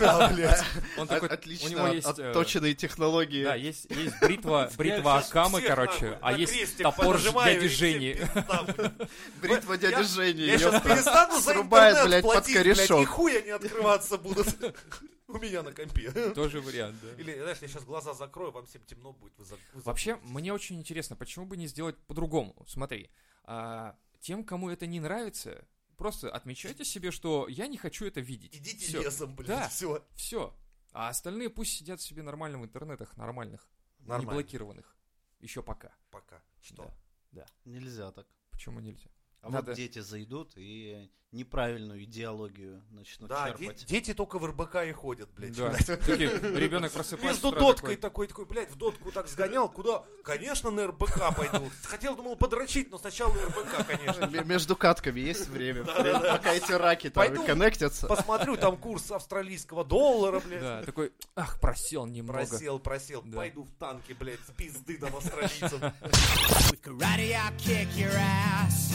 S1: Да, блядь.
S2: он
S3: от-
S2: такой... у него
S3: А, отлично
S2: есть, э,
S3: отточенные технологии.
S2: Да, есть, есть бритва, бритва
S1: Я сейчас
S2: А Акамы,
S1: всех,
S2: короче,
S1: нахуй,
S2: а
S1: на
S2: есть
S1: крестик
S2: топор
S1: понажимаю,
S2: дяди
S1: и всем
S2: Жени.
S1: пизда, блядь.
S3: Бритва
S1: Я-
S3: дяди Жени.
S1: Я сейчас
S3: ёпта.
S1: перестану за
S3: Срубает,
S1: интернет
S3: блядь, под
S1: платить, блядь, и
S3: корешок.
S1: хуя не открываться будут. У меня на компе.
S2: Тоже вариант, да.
S1: Или, знаешь, я сейчас глаза закрою, вам всем темно будет. вы зак- вы
S2: Вообще,
S1: забудете.
S2: мне очень интересно, почему бы не сделать по-другому? Смотри, а, тем, кому это не нравится, просто отмечайте себе, что я не хочу это видеть.
S1: Идите
S2: все,
S1: лесом, блядь,
S2: Да.
S1: все.
S2: все. А остальные пусть сидят себе нормально в интернетах, нормальных, не
S1: Нормально.
S2: блокированных. Еще пока.
S1: Пока. Что?
S2: Да.
S3: Нельзя так.
S2: Почему нельзя? А
S3: вот
S2: надо-
S3: дети зайдут и неправильную идеологию начнут
S1: Да, де-
S3: черпать.
S1: дети только в РБК и ходят, блядь.
S2: Ну, Да. Типа Такие, ребенок просыпается.
S1: Между
S2: с утра
S1: доткой такой, такой, блядь, в дотку так сгонял, куда? Конечно, на РБК пойду. Хотел, думал, подрочить, но сначала на РБК, конечно.
S3: М- Между катками есть время, пока эти раки
S1: Пойду.
S3: там коннектятся.
S1: Посмотрю, там курс австралийского доллара,
S2: такой,
S1: блядь.
S2: Да, такой, ах, просел немного.
S1: Просел, просел.
S2: Да.
S1: Пойду в танки, блядь, с пизды там австралийцев.
S5: With karate, I'll kick your ass.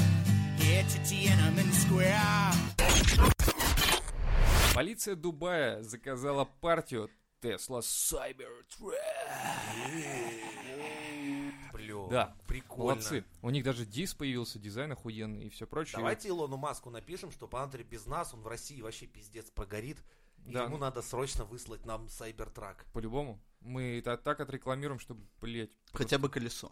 S5: Hit to Tiananmen Square.
S2: Полиция Дубая заказала партию Tesla Cybertruck.
S1: Бля,
S2: Да,
S1: прикольно.
S2: Молодцы. У них даже диск появился, дизайн охуенный и все прочее.
S1: Давайте Илону Маску напишем, что Пантри без нас, он в России вообще пиздец прогорит. и
S2: Да,
S1: ему
S2: ну-
S1: надо срочно выслать нам Сайбертрак.
S2: По-любому. Мы это так отрекламируем, чтобы, блядь,
S3: Хотя бы колесо.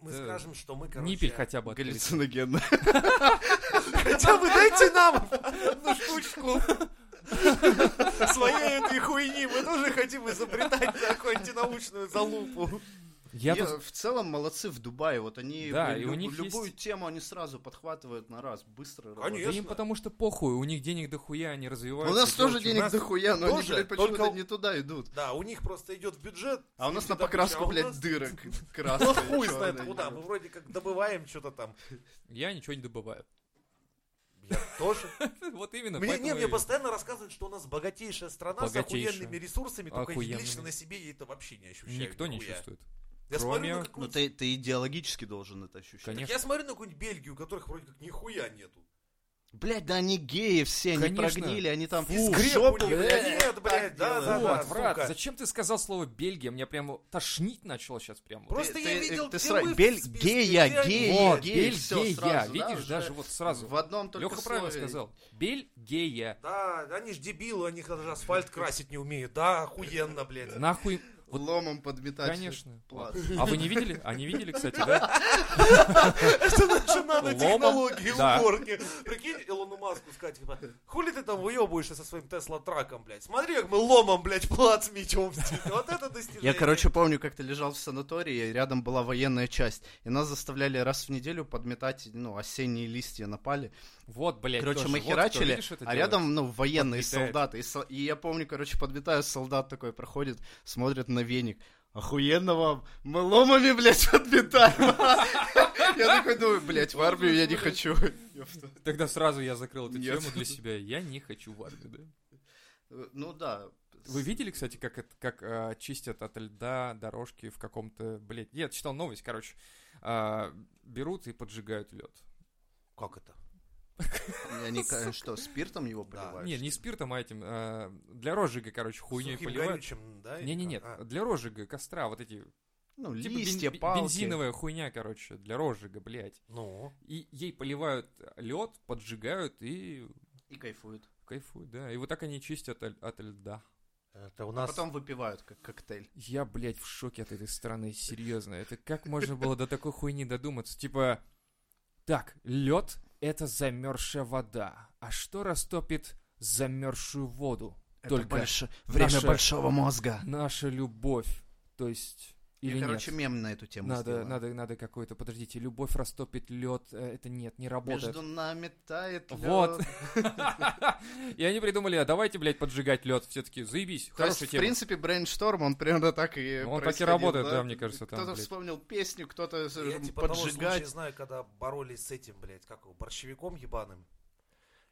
S1: Мы
S2: Да.
S1: скажем, что мы, короче...
S2: ниппель хотя бы открыть.
S3: Галлюциногенно.
S1: Хотя бы дайте нам одну штучку. Своей этой хуйни мы тоже хотим изобретать такую антинаучную залупу.
S2: Я
S3: Не,
S2: тут-
S3: В целом молодцы в Дубае. Вот они
S2: Да,
S3: блин,
S2: и у
S3: люб-
S2: них
S3: любую
S2: есть-
S3: тему они сразу подхватывают на раз, быстро.
S1: Конечно.
S2: Да им потому что похуй, у них денег дохуя, они
S3: работают.
S2: развиваются.
S3: У нас
S2: делают,
S3: тоже
S2: чё-
S3: денег дохуя, но они,
S1: тоже,
S3: блядь, почему-то
S1: только-
S3: не туда идут.
S1: Да, у них просто идет в бюджет.
S3: А у нас на
S1: Добыча, а
S3: покраску,
S1: у
S3: блядь,
S1: нас-
S3: дырок
S1: Ну
S3: красные.
S1: хуй знает
S3: чёрные.
S1: куда, мы вроде как добываем что-то там.
S2: Я ничего не добываю.
S1: Я тоже.
S2: Вот именно.
S1: Мне,
S2: поэтому
S1: не,
S2: я
S1: мне
S2: вижу.
S1: постоянно рассказывают, что у нас богатейшая страна
S2: Богатейшая.
S1: с охуенными ресурсами, только я
S2: Охуенными.
S1: лично на себе я это вообще не ощущаю.
S2: Никто не
S1: нихуя.
S2: чувствует.
S1: Я смотрю,
S2: Кроме-
S1: на какую-
S3: Ну ты, ты идеологически должен это ощущать.
S2: Конечно.
S1: Так я смотрю на какую-нибудь Бельгию, у которых вроде как нихуя нету.
S3: Блять, да они геи все, они
S2: Конечно.
S3: прогнили, они там
S1: И
S3: в
S1: скреп
S3: жопу,
S1: у них
S3: блядь.
S1: нет, блядь, да, да,
S2: Вот,
S1: да,
S2: Врат,
S1: сука.
S2: зачем ты сказал слово Бельгия? Меня прям тошнить начало сейчас прям.
S1: Просто
S3: Ты-
S1: я
S3: ты-
S1: видел,
S3: ты
S1: где
S3: сра-
S1: мы в
S3: Бель-
S1: списке,
S3: гея,
S1: где они.
S3: гея.
S2: Вот,
S3: Гея,
S2: Бельгия,
S3: всё сразу, да,
S2: видишь,
S3: уже
S2: даже вот сразу.
S3: В одном только
S2: Леха правильно
S3: слове.
S2: сказал. Бельгия.
S1: Да, они ж дебилы, они даже асфальт красить не умеют. Да, охуенно, блядь.
S2: Нахуй. Вот,
S3: Ломом подметать.
S2: конечно.
S3: плац.
S2: А вы не видели? А не видели, кстати, да?
S1: Это наши нанотехнологии
S2: Да.
S1: уборки. Прикинь, Илону Маску сказать, типа, хули ты там выебываешься со своим Тесла-траком, блядь. Смотри, как мы ломом, блядь, плац мечом. Вот это достижение.
S3: Я, короче, помню, как-то лежал в санатории, и рядом была военная часть, и нас заставляли раз в неделю подметать, ну, осенние листья напали.
S2: Вот, блядь,
S3: Короче,
S2: тоже.
S3: мы
S2: Вот кто,
S3: херачили,
S2: видишь, это
S3: а
S2: делает?
S3: рядом, ну, военные
S2: Подметает.
S3: солдаты. И, сол- и я помню, короче, подметаю, солдат такой проходит, смотрит на веник. Охуенно вам, мы ломами, блядь, подметаем. Я такой думаю, блядь, в армию я не хочу.
S2: Тогда сразу я закрыл эту
S3: Нет.
S2: тему для себя. Я не хочу в армию, да?
S3: Ну да.
S2: Вы видели, кстати, как, это, как э, чистят от льда дорожки в каком-то, блядь, я читал новость, короче, А, берут и поджигают лед.
S1: Как это?
S3: Я не знаю, что, спиртом его
S1: Да.
S3: поливают?
S2: Не, не спиртом, а этим, э, для розжига, короче, хуйней
S1: Сухим
S2: поливают.
S1: горючим, да? или
S2: Не-не-не,
S1: как? А,
S2: для розжига костра, вот эти,
S3: Ну,
S2: типа бен-
S3: листья,
S2: бен-
S3: палки.
S2: бензиновая хуйня, короче, для розжига, блядь.
S1: Ну,
S2: И ей поливают лед, поджигают и
S3: И кайфуют.
S2: кайфуют, да. И вот так они чистят от, от льда.
S1: это у нас...
S3: А Потом выпивают, как коктейль.
S2: Я, блядь, в шоке от этой страны, серьезно. Это как можно было до такой хуйни додуматься? Типа, так, лед — это замерзшая вода. А что растопит замерзшую воду? Только
S3: время
S2: наше-
S3: большого мозга.
S2: Наша любовь. То есть, или
S3: Я, короче,
S2: нет?
S3: мем на эту тему
S2: Надо,
S3: сделаю.
S2: надо, надо какой-то, подождите, любовь растопит лед, э, это нет, не работает.
S3: Между нами тает лёд.
S2: Вот. И они придумали, а давайте, блядь, поджигать лед. Все-таки заебись,
S3: То есть,
S2: хорошая
S3: в
S2: тема.
S3: принципе, брейншторм, он примерно так и
S2: Ну, он так и
S3: происходил,
S2: работает, да, мне кажется, там,
S3: Кто-то
S2: блядь.
S3: вспомнил песню, кто-то э,
S1: Я типа того случая
S3: поджигать.
S1: знаю, когда боролись с этим, блядь, как его, борщевиком ебаным.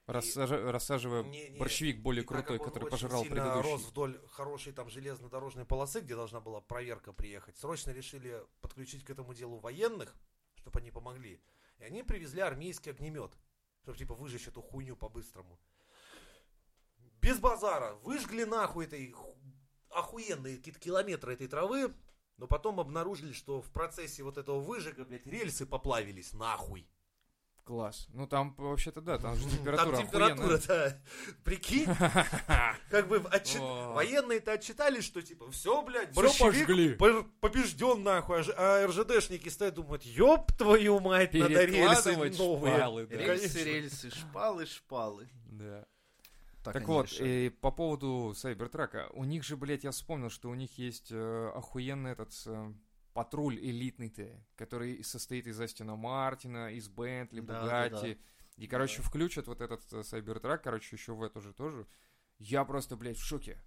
S2: Рассажи- Рассаживая
S1: Не-не.
S2: борщевик более
S1: И так как
S2: крутой,
S1: он
S2: который
S1: очень
S2: пожрал
S1: сильно рос
S2: предыдущий.
S1: вдоль хорошей там железнодорожной полосы, где должна была проверка приехать. Срочно решили подключить к этому делу военных, чтобы они помогли. И они привезли армейский огнемет, чтобы типа выжечь эту хуйню по-быстрому. Без базара. Выжгли нахуй этой ху- охуенные какие-то километры этой травы, но потом обнаружили, что в процессе вот этого выжига, блядь, рельсы поплавились нахуй.
S2: Класс. Ну там вообще-то да, там же температура
S1: Там температура,
S2: охуенная.
S1: да. Прикинь, как бы отчи-
S2: О.
S1: военные-то отчитались, что типа, все, блядь,
S2: Всё
S1: борщевик
S2: пожгли».
S1: пор- побежден нахуй, а ж- а РЖДшники стоят, думают, ёб твою мать, надо рельсы
S2: Перекладывать
S1: новые.
S2: шпалы, да.
S3: Рельсы,
S1: Конечно.
S3: рельсы, шпалы, шпалы.
S2: Да.
S3: Так,
S2: Так
S3: они
S2: вот,
S3: решают.
S2: и по поводу Сайбертрака. У них же, блядь, я вспомнил, что у них есть э, охуенный этот... э, патруль элитный-то, который состоит из Астина Мартина, из Бентли,
S3: Да, да,
S2: Бугати. И, короче, включат вот этот э, Сайбертрак, короче, еще в эту же тоже. Я просто, блядь, в шоке.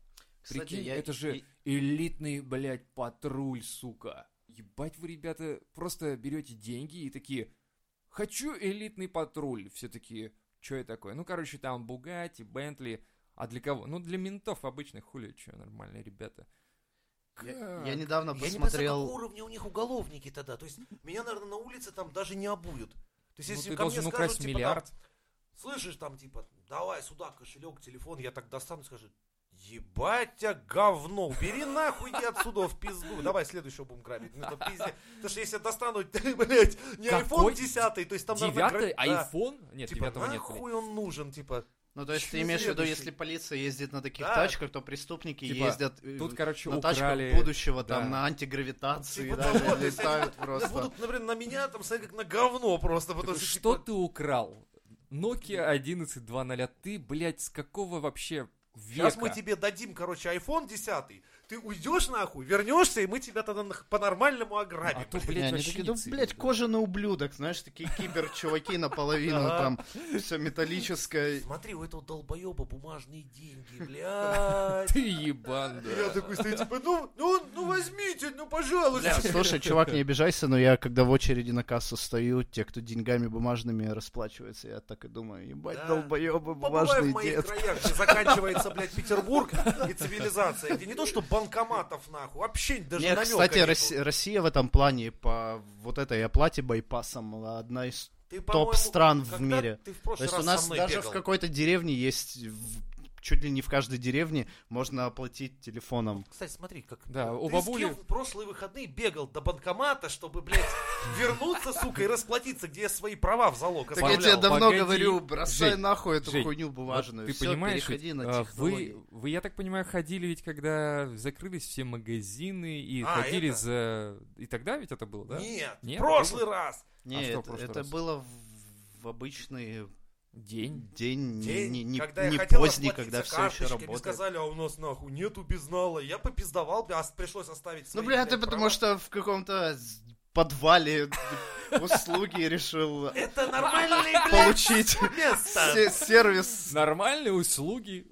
S2: Прикинь, это же
S3: и-
S2: элитный, блядь, патруль, сука. Ебать вы, ребята, просто берете деньги и такие, хочу элитный патруль. Все такие, что это такое? Ну, короче, там Бугати, Бентли. А для кого? Ну, для ментов обычных хули, что, нормальные ребята.
S3: Я,
S2: Как? Ну,
S3: я недавно
S1: Я не представляю,
S3: посмотрел...
S1: какого уровня у них уголовники тогда. То есть меня, наверное, на улице там даже не обуют. То есть
S2: Ну,
S1: если
S2: ты
S1: ко мне
S2: должен
S1: скажут,
S2: украсть
S1: типа,
S2: миллиард.
S1: там, слышишь, там типа, давай сюда кошелек, телефон, я так достану и скажу, ебать тебя говно, убери нахуй иди отсюда в пизду. Давай следующего будем грабить. Ну, это пиздец. Потому что если я достану, блядь, не
S2: Какой?
S1: iPhone 10, то есть там... наверное,
S2: Девятый
S1: гра- да.
S2: айфон? Нет,
S1: Типа,
S2: девятого нет, блядь.
S1: нахуй он нужен, типа.
S3: Ну, то есть ты
S1: Чё
S3: имеешь в виду,
S1: следующий?
S3: если полиция ездит на таких
S1: Да.
S3: тачках, то преступники
S2: Типа,
S3: ездят э,
S2: Тут, короче,
S3: на
S2: украли...
S3: тачках будущего,
S2: да.
S3: там, на антигравитации,
S1: Типа
S3: да,
S1: того, то есть
S3: летают
S1: Сейчас
S3: просто.
S1: будут, например, на меня там смотреть как на говно просто, потому
S2: Такой,
S1: что...
S2: Что
S1: типа,
S2: ты украл? Nokia 11.2.0, ты, блядь, с какого вообще века?
S1: Сейчас мы тебе дадим, короче, iPhone 10, ты уйдешь нахуй, вернешься, и мы тебя тогда нах- по-нормальному ограбим.
S2: А то,
S3: Не,
S2: блядь,
S3: они
S2: вообще
S3: такие,
S2: не
S3: ну,
S2: ценят,
S3: блядь,
S2: да.
S3: кожаный ублюдок, знаешь, такие кибер-чуваки наполовину,
S1: Да.
S3: там, все металлическое.
S1: Смотри, у этого долбоеба бумажные деньги, блядь.
S2: Ты ебан, да.
S1: Я такой стою, типа, ну, ну, ну возьмите, ну пожалуйста.
S3: Бля, слушай, чувак, не обижайся, но я, когда в очереди на кассу стою, те, кто деньгами бумажными расплачивается, я так и думаю, ебать,
S1: Да. Побывай
S3: долбоебы,
S1: в
S3: бумажные
S1: моих
S3: дед.
S1: краях, где заканчивается, блядь, Петербург и цивилизация, где не то, что банкоматов, нахуй, вообще даже
S3: Нет,
S1: намека
S3: кстати,
S1: нету.
S3: Росси- Россия в этом плане по вот этой оплате байпасом была одна из...
S1: Ты,
S3: топ
S1: по-моему,
S3: стран в
S1: когда
S3: мире.
S1: Ты в
S3: То
S1: прошлый
S3: есть у
S1: раз
S3: нас
S1: со мной
S3: даже
S1: бегал.
S3: в какой-то деревне есть, в- чуть ли не в каждой деревне можно оплатить телефоном.
S1: Кстати, смотри, как
S2: Да,
S1: ты
S2: у
S1: с
S2: бабули-
S1: кем в прошлые выходные бегал до банкомата, чтобы, блядь, вернуться, сука, и расплатиться, где я свои права в залог
S3: Так я
S2: Павлял,
S3: тебе
S1: оставлял.
S3: давно
S2: погоди.
S3: говорю, бросай
S2: Жень,
S3: нахуй эту
S2: Жень,
S3: хуйню
S2: Вот
S3: бумажную.
S2: ты
S3: Всё,
S2: понимаешь,
S3: переходи
S2: ведь,
S3: на
S2: а,
S3: технологии.
S2: вы, вы, я так понимаю, ходили ведь, когда закрылись все магазины и
S1: А,
S2: ходили
S1: это?
S2: за... И тогда ведь это было, да?
S1: Нет,
S2: Нет,
S1: в прошлый раз.
S3: Нет,
S2: А что в
S3: это-
S2: прошлый
S3: это
S2: раз?
S3: было в- в обычный
S2: День.
S3: день, не-
S1: День,
S3: не, не-
S1: когда
S3: не
S1: я хотел
S3: поздний,
S1: расплатиться
S3: когда все еще
S1: карточкой, мне
S3: работает.
S1: сказали, а у нас нахуй нету безнала. Я попиздовал, а с- пришлось оставить
S3: Ну,
S1: свои,
S3: бля, ты потому
S1: права.
S3: что в каком-то с- подвале услуги решил
S1: Это нормальный, блядь,
S3: получить
S1: место.
S3: се- сервис.
S2: Нормальные услуги.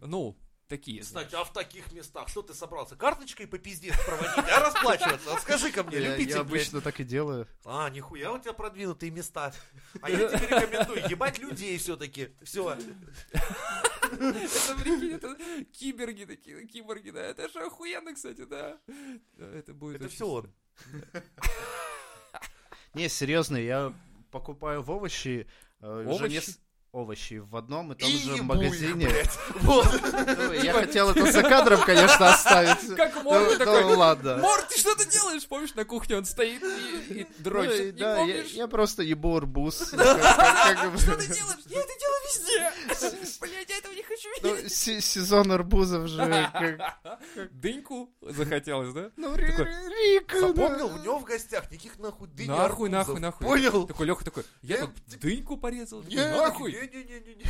S2: Ну, такие. знаешь.
S1: Кстати, а в таких местах что ты собрался? Карточкой по пиздец проводить, а расплачиваться? скажи ко мне,
S3: Я-
S1: любитель,
S3: Я
S1: блядь.
S3: обычно так и делаю.
S1: А, нихуя у тебя продвинутые места. А я тебе рекомендую ебать людей все-таки. Все.
S2: Это, прикинь, это киберги такие, киборги, да. Это же охуенно, кстати, да. Да, Это будет
S1: Это
S2: очень
S1: все он.
S3: Не, серьезно, я покупаю в овощи. э, уже
S2: Овощи?
S3: нес- Овощи в одном и том
S1: И
S3: же
S1: ебу их,
S3: магазине.
S1: блядь. Вот.
S3: Я хотел это за кадром, конечно, оставить.
S2: Типа, Как
S3: Ну,
S2: Морти
S3: ну,
S2: такой,
S3: ладно.
S2: Мор, ты что ты делаешь? Помнишь, на кухне он стоит и, и дрочит.
S3: Ну, и
S2: Не
S3: да, я,
S2: помнишь?
S3: я просто ебу арбуз. Как- как- как бы-
S2: Что ты делаешь? Я это делаю везде. Блядь, я этого не хочу
S3: Ну,
S2: видеть.
S3: се- сезон арбузов же как...
S2: Дыньку захотелось, да?
S3: Ну, Ри-
S2: Такой,
S3: Ри- Рика,
S1: Запомнил,
S3: да.
S1: у него в гостях никаких нахуй дынь и
S2: Ну, Нахуй,
S1: арбузов.
S2: нахуй, нахуй.
S1: Понял?
S2: Такой Леха такой, я
S1: Я-
S2: тут дыньку порезал. Такой, «Ну,
S1: Не,
S2: Нахуй.
S1: Не-не-не-не.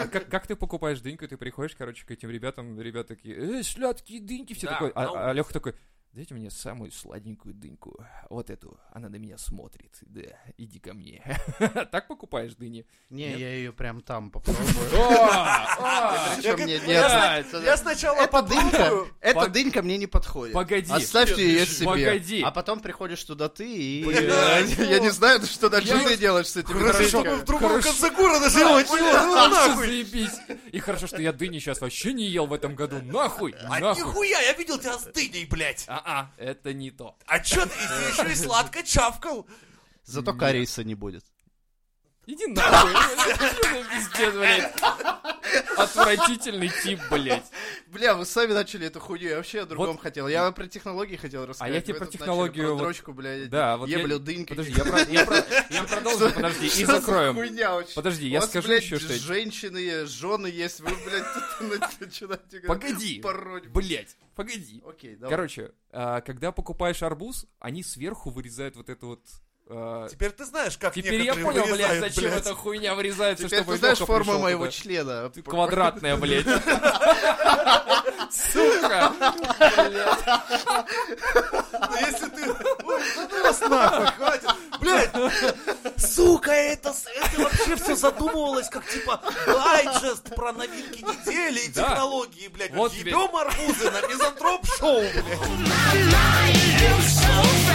S2: А как, как ты покупаешь дыньку, ты приходишь, короче, к этим ребятам, ребята такие, э, сладкие дыньки, все
S1: Да,
S2: такой,
S1: на
S2: а, Леха такой, дайте мне самую сладенькую дыньку, вот эту, она на меня смотрит, да, иди ко мне. Так покупаешь дыни?
S3: Не,
S2: Нет?
S3: я ее прям там попробую.
S2: А,
S3: Причем мне
S1: говорю,
S3: не-
S1: я
S3: Да,
S1: Я
S3: это-
S1: сначала
S3: Эта дынька,
S1: попробую.
S3: эта
S2: Пог-
S3: дынька мне не подходит.
S2: Погоди.
S3: Оставьте ее себе.
S2: Погоди.
S3: А потом приходишь туда ты и...
S1: Блядь,
S3: э, Я не знаю, что дальше
S2: Я-
S3: ты делаешь с этим.
S1: Хорошо,
S3: дыньками.
S1: он в другом
S2: Хорошо.
S1: конце города живет. чувак, ну
S2: Вообще
S1: нахуй.
S2: заебись. И хорошо, что я дыни сейчас вообще не ел в этом году, нахуй,
S1: А
S2: нахуй.
S1: нихуя, я видел тебя с дыней, блядь.
S2: А-а, это не то.
S1: А чё ты ты еще и сладко чавкал?
S3: Зато кариеса не будет.
S2: Иди нахуй. Чё за Пиздец, блядь. Отвратительный тип, блядь.
S3: Бля, вы сами начали эту хуйню, я вообще о другом
S2: Вот- А
S3: хотел. Я про технологии хотел рассказать.
S2: я тебе
S3: вы
S2: про
S3: тут
S2: технологию
S3: начали Про
S2: вот-
S3: дрочку, бля,
S2: Да, вот я-
S3: еблю дыньки.
S2: Подожди, я про- я про- я продолжу, подожди, и
S3: Что за
S2: закроем.
S3: хуйня вообще?
S2: Подожди,
S3: У
S2: я
S3: вас,
S2: скажу
S3: блядь,
S2: еще, что...
S3: женщины, жены есть, вы, блядь, тут начинаете...
S2: Погоди,
S3: Пороть.
S2: блядь, погоди.
S3: Окей, давай.
S2: Короче, а, когда покупаешь арбуз, они сверху вырезают вот это вот... а,
S1: Теперь ты знаешь, как
S2: Теперь я
S1: некоторые
S2: понял, блядь,
S1: вырезают,
S2: зачем
S1: блядь.
S2: эта хуйня вырезается,
S3: Теперь
S2: чтобы
S3: ты знаешь
S2: Лёха
S3: форму
S2: пришёл
S3: моего
S2: туда.
S3: члена.
S2: Ты квадратная, блядь. Сука! Блядь.
S1: Но А если ты ну, нахуй, хватит. Блядь, сука, это, с- это вообще все задумывалось, как типа дайджест про новинки недели и
S2: Да.
S1: технологии, блядь. Вот
S2: Вот тебе.
S1: Ебем арбузы на мизантроп-шоу, блядь.
S5: My mind is so